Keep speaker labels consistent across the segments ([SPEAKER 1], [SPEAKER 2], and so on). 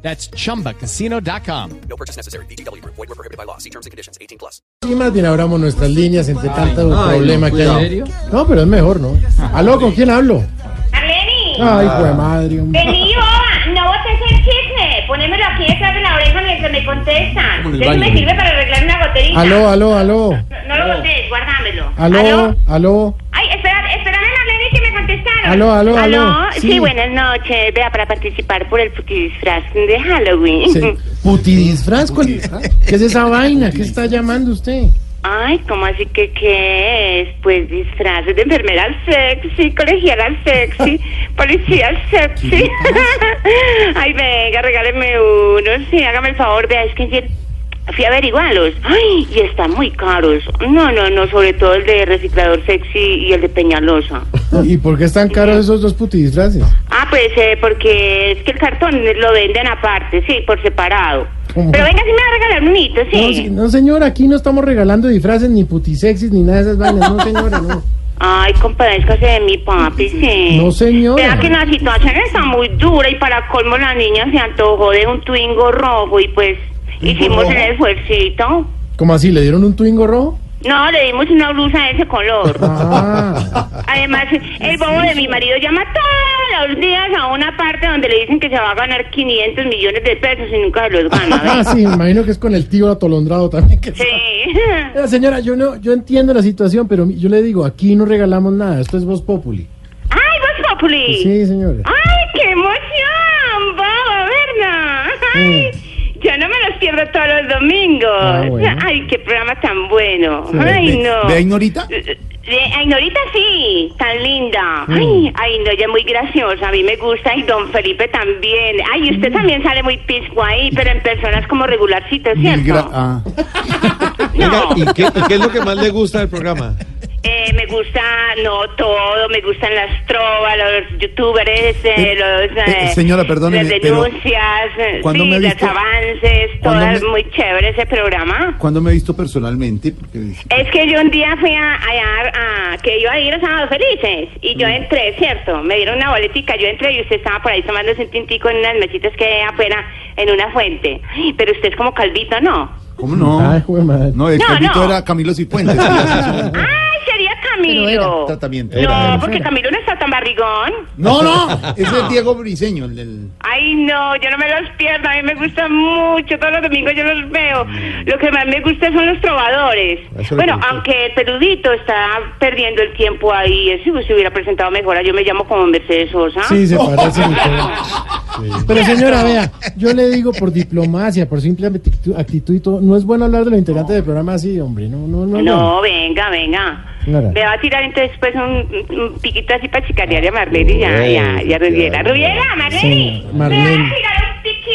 [SPEAKER 1] That's chumbacasino.com.
[SPEAKER 2] No purchase necessary. BGW. Void were prohibited by law. See terms and conditions. 18 plus.
[SPEAKER 3] Y más bien abramos nuestras líneas entre tanto problema que
[SPEAKER 4] cuidado.
[SPEAKER 3] hay. No, pero es mejor, ¿no? Aló, ¿con quién hablo?
[SPEAKER 5] Arleni,
[SPEAKER 3] Ay, pues madre. hombre.
[SPEAKER 5] vení boba, no botes el chisme, ponémelo aquí detrás de la oreja mientras me contestan.
[SPEAKER 4] en el
[SPEAKER 5] Eso me
[SPEAKER 4] baño.
[SPEAKER 5] sirve para arreglar una goterita.
[SPEAKER 3] Aló, aló, aló.
[SPEAKER 5] No, no lo botes, guardámelo.
[SPEAKER 3] Aló, aló.
[SPEAKER 5] Ay, espera, espera, Arleni, que me contestaron.
[SPEAKER 3] Aló, aló, aló.
[SPEAKER 5] Sí.
[SPEAKER 3] Sí.
[SPEAKER 5] buenas noches. Vea, para participar por el disfraz de Halloween.
[SPEAKER 3] Sí. Putidisfraz, ¿cuál- ¿qué es esa vaina? ¿Qué está llamando usted?
[SPEAKER 5] Ay, ¿cómo así que qué es? Pues disfraces de enfermera sexy, colegiala sexy, policía sexy. Ay, venga, regáleme uno, sí, hágame el favor, vea, es que ayer fui a averiguarlos. Ay, y están muy caros. No, no, no, sobre todo el de reciclador sexy y el de Peñalosa.
[SPEAKER 3] ¿Y por qué están caros esos dos putidisfraces?
[SPEAKER 5] Ah, pues eh, porque es que el cartón lo venden aparte, sí, por separado.
[SPEAKER 3] ¿Cómo?
[SPEAKER 5] Pero venga, si me va a regalar un hito,
[SPEAKER 3] No,
[SPEAKER 5] sí.
[SPEAKER 3] se- no, señora, aquí no estamos regalando disfraces ni putisexis ni nada de esas vainas. No, señora, no.
[SPEAKER 5] Ay, compadézcase de mi papi, sí.
[SPEAKER 3] No, señora.
[SPEAKER 5] Vea que la situación está muy dura y para colmo la niña se antojó de un twingo rojo y pues hicimos
[SPEAKER 3] rojo?
[SPEAKER 5] el esfuercito.
[SPEAKER 3] ¿Cómo así? ¿Le dieron un twingo rojo?
[SPEAKER 5] No, le dimos una blusa de ese color.
[SPEAKER 3] Ah,
[SPEAKER 5] Además, el bobo de mi marido llama todos los días a una parte donde le dicen que se va a ganar 500 millones de pesos y nunca se los gana.
[SPEAKER 3] ah,
[SPEAKER 5] ¿ves?
[SPEAKER 3] sí, me imagino que es con el tío atolondrado también. que-
[SPEAKER 5] Sí.
[SPEAKER 3] Eh, Señora, yo no, yo entiendo la situación, pero mi- yo le digo, aquí no regalamos nada, esto es Voz Populi. Pues
[SPEAKER 5] Ay, vos, Populi.
[SPEAKER 3] Sí, señora.
[SPEAKER 5] ¡Ay, qué emoción! ¡Bobo, verdad! ¡Ay! Yo no me los pierdo todos los domingos.
[SPEAKER 3] Ah, bueno.
[SPEAKER 5] ¡Ay, qué programa tan bueno! ¡Ay, no!
[SPEAKER 4] ¿Ve a Ignorita?
[SPEAKER 5] Eh, Ay, Norita sí, tan linda. Ay, ay, no, ella es muy graciosa, a mí me gusta. Y don Felipe también. Ay, usted también sale muy pisco ahí, pero en personas como regularcito, ¿cierto?
[SPEAKER 4] Gra- ah.
[SPEAKER 5] No,
[SPEAKER 6] ¿Y qué, y qué es lo que más le gusta del programa?
[SPEAKER 5] eh, me gusta, no todo, me gustan las trovas, los youtubers, eh,
[SPEAKER 4] Eh,
[SPEAKER 5] los...
[SPEAKER 4] eh,
[SPEAKER 5] eh,
[SPEAKER 4] señora, perdóneme,
[SPEAKER 5] Las
[SPEAKER 4] pero-
[SPEAKER 5] denuncias, eh,
[SPEAKER 4] ¿cuándo
[SPEAKER 5] sí,
[SPEAKER 4] me he visto-
[SPEAKER 5] los avances,
[SPEAKER 4] ¿cuándo
[SPEAKER 5] todas
[SPEAKER 4] me-
[SPEAKER 5] muy chévere ese programa.
[SPEAKER 4] ¿Cuándo me he visto personalmente? Porque
[SPEAKER 5] Es que yo un día fui a, a- a- que iba a ir a Sábado Felices y
[SPEAKER 4] Mm.
[SPEAKER 5] yo entré, ¿cierto? Me dieron una boletica, yo entré y usted estaba por ahí tomándose un tintico en unas mesitas que hay afuera en una fuente. Ay, Pero usted es como calvito, ¿no?
[SPEAKER 4] ¿Cómo no?
[SPEAKER 3] Ay, jue madre.
[SPEAKER 4] Ah. no, el
[SPEAKER 5] No,
[SPEAKER 4] capito
[SPEAKER 5] no.
[SPEAKER 4] era Camilo Cifuentes. que le hacía su-
[SPEAKER 5] ¡Ay, sería Camilo!
[SPEAKER 4] tratamiento.
[SPEAKER 5] No,
[SPEAKER 4] Era, era,
[SPEAKER 5] porque
[SPEAKER 3] era.
[SPEAKER 5] Camilo no está tan barrigón.
[SPEAKER 4] No, no, ese es Diego Briseño, el del...
[SPEAKER 5] Ay, no, yo no me los pierdo, a mí me gustan mucho, todos los domingos yo los veo.
[SPEAKER 3] Mm.
[SPEAKER 5] Lo que más me gusta son los trovadores.
[SPEAKER 6] Eso
[SPEAKER 5] Bueno,
[SPEAKER 6] le gusta.
[SPEAKER 5] aunque el peludito está perdiendo el tiempo ahí, eh, si se hubiera presentado mejor, ah, yo me llamo como Mercedes Sosa.
[SPEAKER 3] Sí, se parece mucho. Pero señora, vea, yo le digo por diplomacia, por simple actitud, actitud y todo, no es bueno hablar de los integrantes del programa así, hombre, no, no, no.
[SPEAKER 5] No, venga, venga.
[SPEAKER 3] Claro.
[SPEAKER 5] Me va a tirar entonces pues un, un piquito así para chicarear a Marlene y a, y a, y a Rubiela. Rubiela, Marlene,
[SPEAKER 3] Sí,
[SPEAKER 5] me va
[SPEAKER 3] Marlene.
[SPEAKER 5] a tirar un piquito.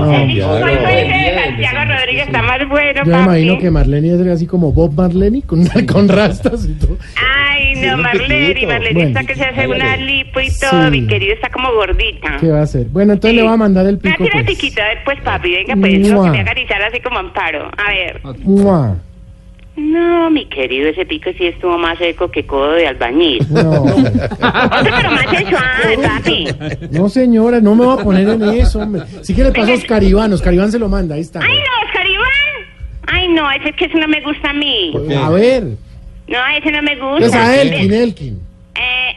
[SPEAKER 3] No,
[SPEAKER 5] el discurso
[SPEAKER 6] claro.
[SPEAKER 5] ahí fue ese de Santiago Rodríguez está más bueno,
[SPEAKER 3] Yo me
[SPEAKER 5] papi.
[SPEAKER 3] imagino que Marlene es así como Bob Marlene con, con rastas y todo.
[SPEAKER 5] Ay, no, Marlene, Marlene está
[SPEAKER 3] Bueno.
[SPEAKER 5] que se hace una lipo y
[SPEAKER 3] Sí.
[SPEAKER 5] todo, mi querido, está como gordita.
[SPEAKER 3] ¿Qué va a hacer? Bueno, entonces
[SPEAKER 5] Sí.
[SPEAKER 3] le va a mandar el pico.
[SPEAKER 5] Me va a tirar
[SPEAKER 3] pues.
[SPEAKER 5] piquito, a ver, pues, papi, venga, pues, no,
[SPEAKER 3] Mua.
[SPEAKER 5] que me acariciar así como amparo. A ver.
[SPEAKER 3] Mua.
[SPEAKER 5] No, mi querido, ese pico sí estuvo más seco que codo de albañil.
[SPEAKER 3] No, hombre.
[SPEAKER 5] Otro, pero más sensual, papi.
[SPEAKER 3] no, señora, no me va a poner en eso, hombre. Si quiere paso a Oscar Iván, Oscar Iván se lo manda, ahí está.
[SPEAKER 5] Ay, no, Oscar Iván. Ay, no, ese que eso no me gusta a mí.
[SPEAKER 3] A ver,
[SPEAKER 5] No, ese no me gusta.
[SPEAKER 3] es a Elkin, Elkin.
[SPEAKER 5] Eh,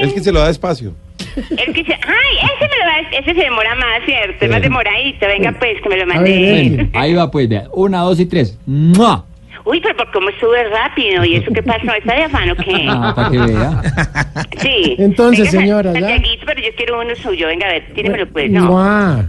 [SPEAKER 6] Es que se lo da despacio.
[SPEAKER 5] El que se... Ay, ese, me lo va... ese se demora más, ¿cierto? Es más demoradito. Venga, pues, que me lo
[SPEAKER 3] A ver,
[SPEAKER 5] mandé.
[SPEAKER 3] Elkin.
[SPEAKER 7] Ahí va, pues, vea. Una, dos y tres. ¡Mua!
[SPEAKER 5] Uy, pero ¿por cómo sube rápido? ¿Y eso qué pasó? ¿Está de afán o qué?
[SPEAKER 7] Ah, para que vea.
[SPEAKER 5] Sí.
[SPEAKER 3] Entonces,
[SPEAKER 5] Sa-
[SPEAKER 3] señora, ¿ya?
[SPEAKER 5] Santiaguito, pero yo quiero uno suyo. Venga, a ver, tíramelo pues. No.
[SPEAKER 3] Mua.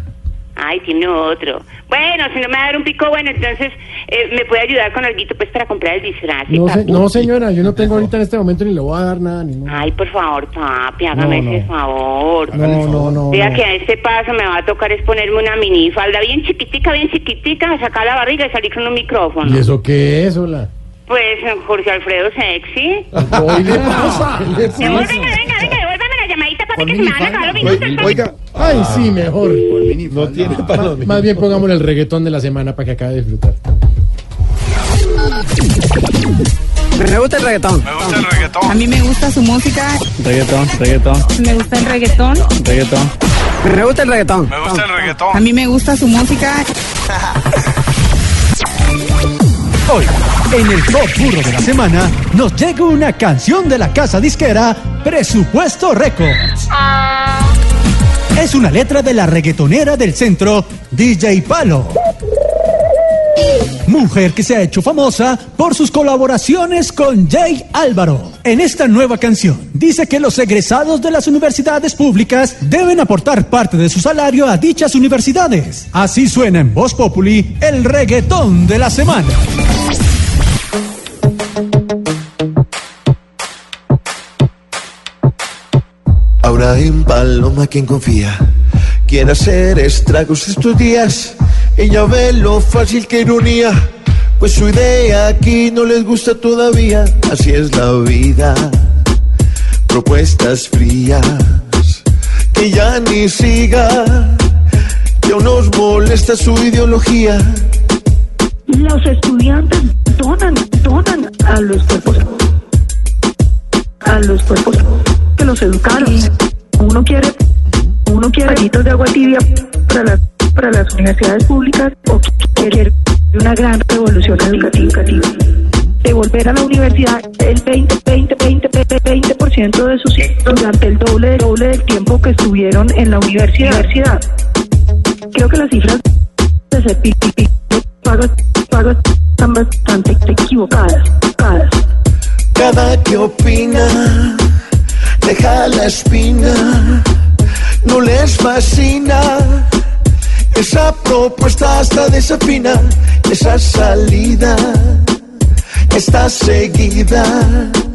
[SPEAKER 5] Ay, tiene otro. Bueno, si no me va a dar un pico, bueno, entonces eh, me puede ayudar con algo pues para comprar el disfraz. y
[SPEAKER 3] No, se-
[SPEAKER 5] papi?
[SPEAKER 3] no, señora, yo no tengo ahorita en este momento ni le voy a dar nada. Ni nada.
[SPEAKER 5] Ay, por favor, papi, hágame
[SPEAKER 3] No, no.
[SPEAKER 5] ese favor.
[SPEAKER 3] No, no, no. no.
[SPEAKER 5] Vea que a este paso me va a tocar es ponerme una minifalda bien chiquitica, bien chiquitica, sacar la barriga y salir con un micrófono.
[SPEAKER 3] ¿Y eso qué es, hola?
[SPEAKER 5] Pues Jorge Alfredo Sexy.
[SPEAKER 3] Hoy le pasa, le
[SPEAKER 5] Mi amor,
[SPEAKER 3] pasa.
[SPEAKER 5] venga, venga, venga, devuélvame la llamadita, papi,
[SPEAKER 4] Con
[SPEAKER 5] que se me van a acabar los
[SPEAKER 4] minifalda.
[SPEAKER 5] minutos. papi.
[SPEAKER 6] Oiga,
[SPEAKER 3] Ay, sí, mejor.
[SPEAKER 6] no
[SPEAKER 4] Ah,
[SPEAKER 6] tiene para los
[SPEAKER 3] Más bien pongámosle el reggaetón de la semana para que acabe de disfrutar.
[SPEAKER 8] Me gusta el reggaetón.
[SPEAKER 9] A mí me gusta su música,
[SPEAKER 7] Reggaetón, reggaetón,
[SPEAKER 9] me gusta el reggaetón.
[SPEAKER 7] reggaetón.
[SPEAKER 8] Me gusta el reggaetón.
[SPEAKER 9] A mí me gusta su música.
[SPEAKER 10] Hoy, en el Top Burro de la Semana, nos llega una canción de la casa disquera Presupuesto Records. Es una letra de la reggaetonera del centro, DJ Palo. Mujer que se ha hecho famosa por sus colaboraciones con Jay Álvaro. En esta nueva canción dice que los egresados de las universidades públicas deben aportar parte de su salario a dichas universidades. Así suena en Voz Populi el reggaetón de la semana.
[SPEAKER 11] Ahora hay un paloma quien confía. Quiere hacer estragos estos días. Ella ve lo fácil que ironía. Pues su idea aquí no les gusta todavía. Así es la vida. Propuestas frías. Que ya ni siga. Que aún nos molesta su ideología.
[SPEAKER 5] Los estudiantes donan, donan a los cuerpos, a los cuerpos que los educaron. Uno quiere, uno quiere pañitos de agua tibia para las, para las universidades públicas o quiere una gran revolución educativa. Devolver a la universidad el 20, 20, 20, 20, 20% de sus durante el doble, doble del tiempo que estuvieron en la universidad. Creo que las cifras de Cepi- pagas, pagas están bastante equivocadas, equivocadas.
[SPEAKER 11] Cada que opina, deja la espina, no les fascina. Esa propuesta hasta desafina, esa salida está seguida.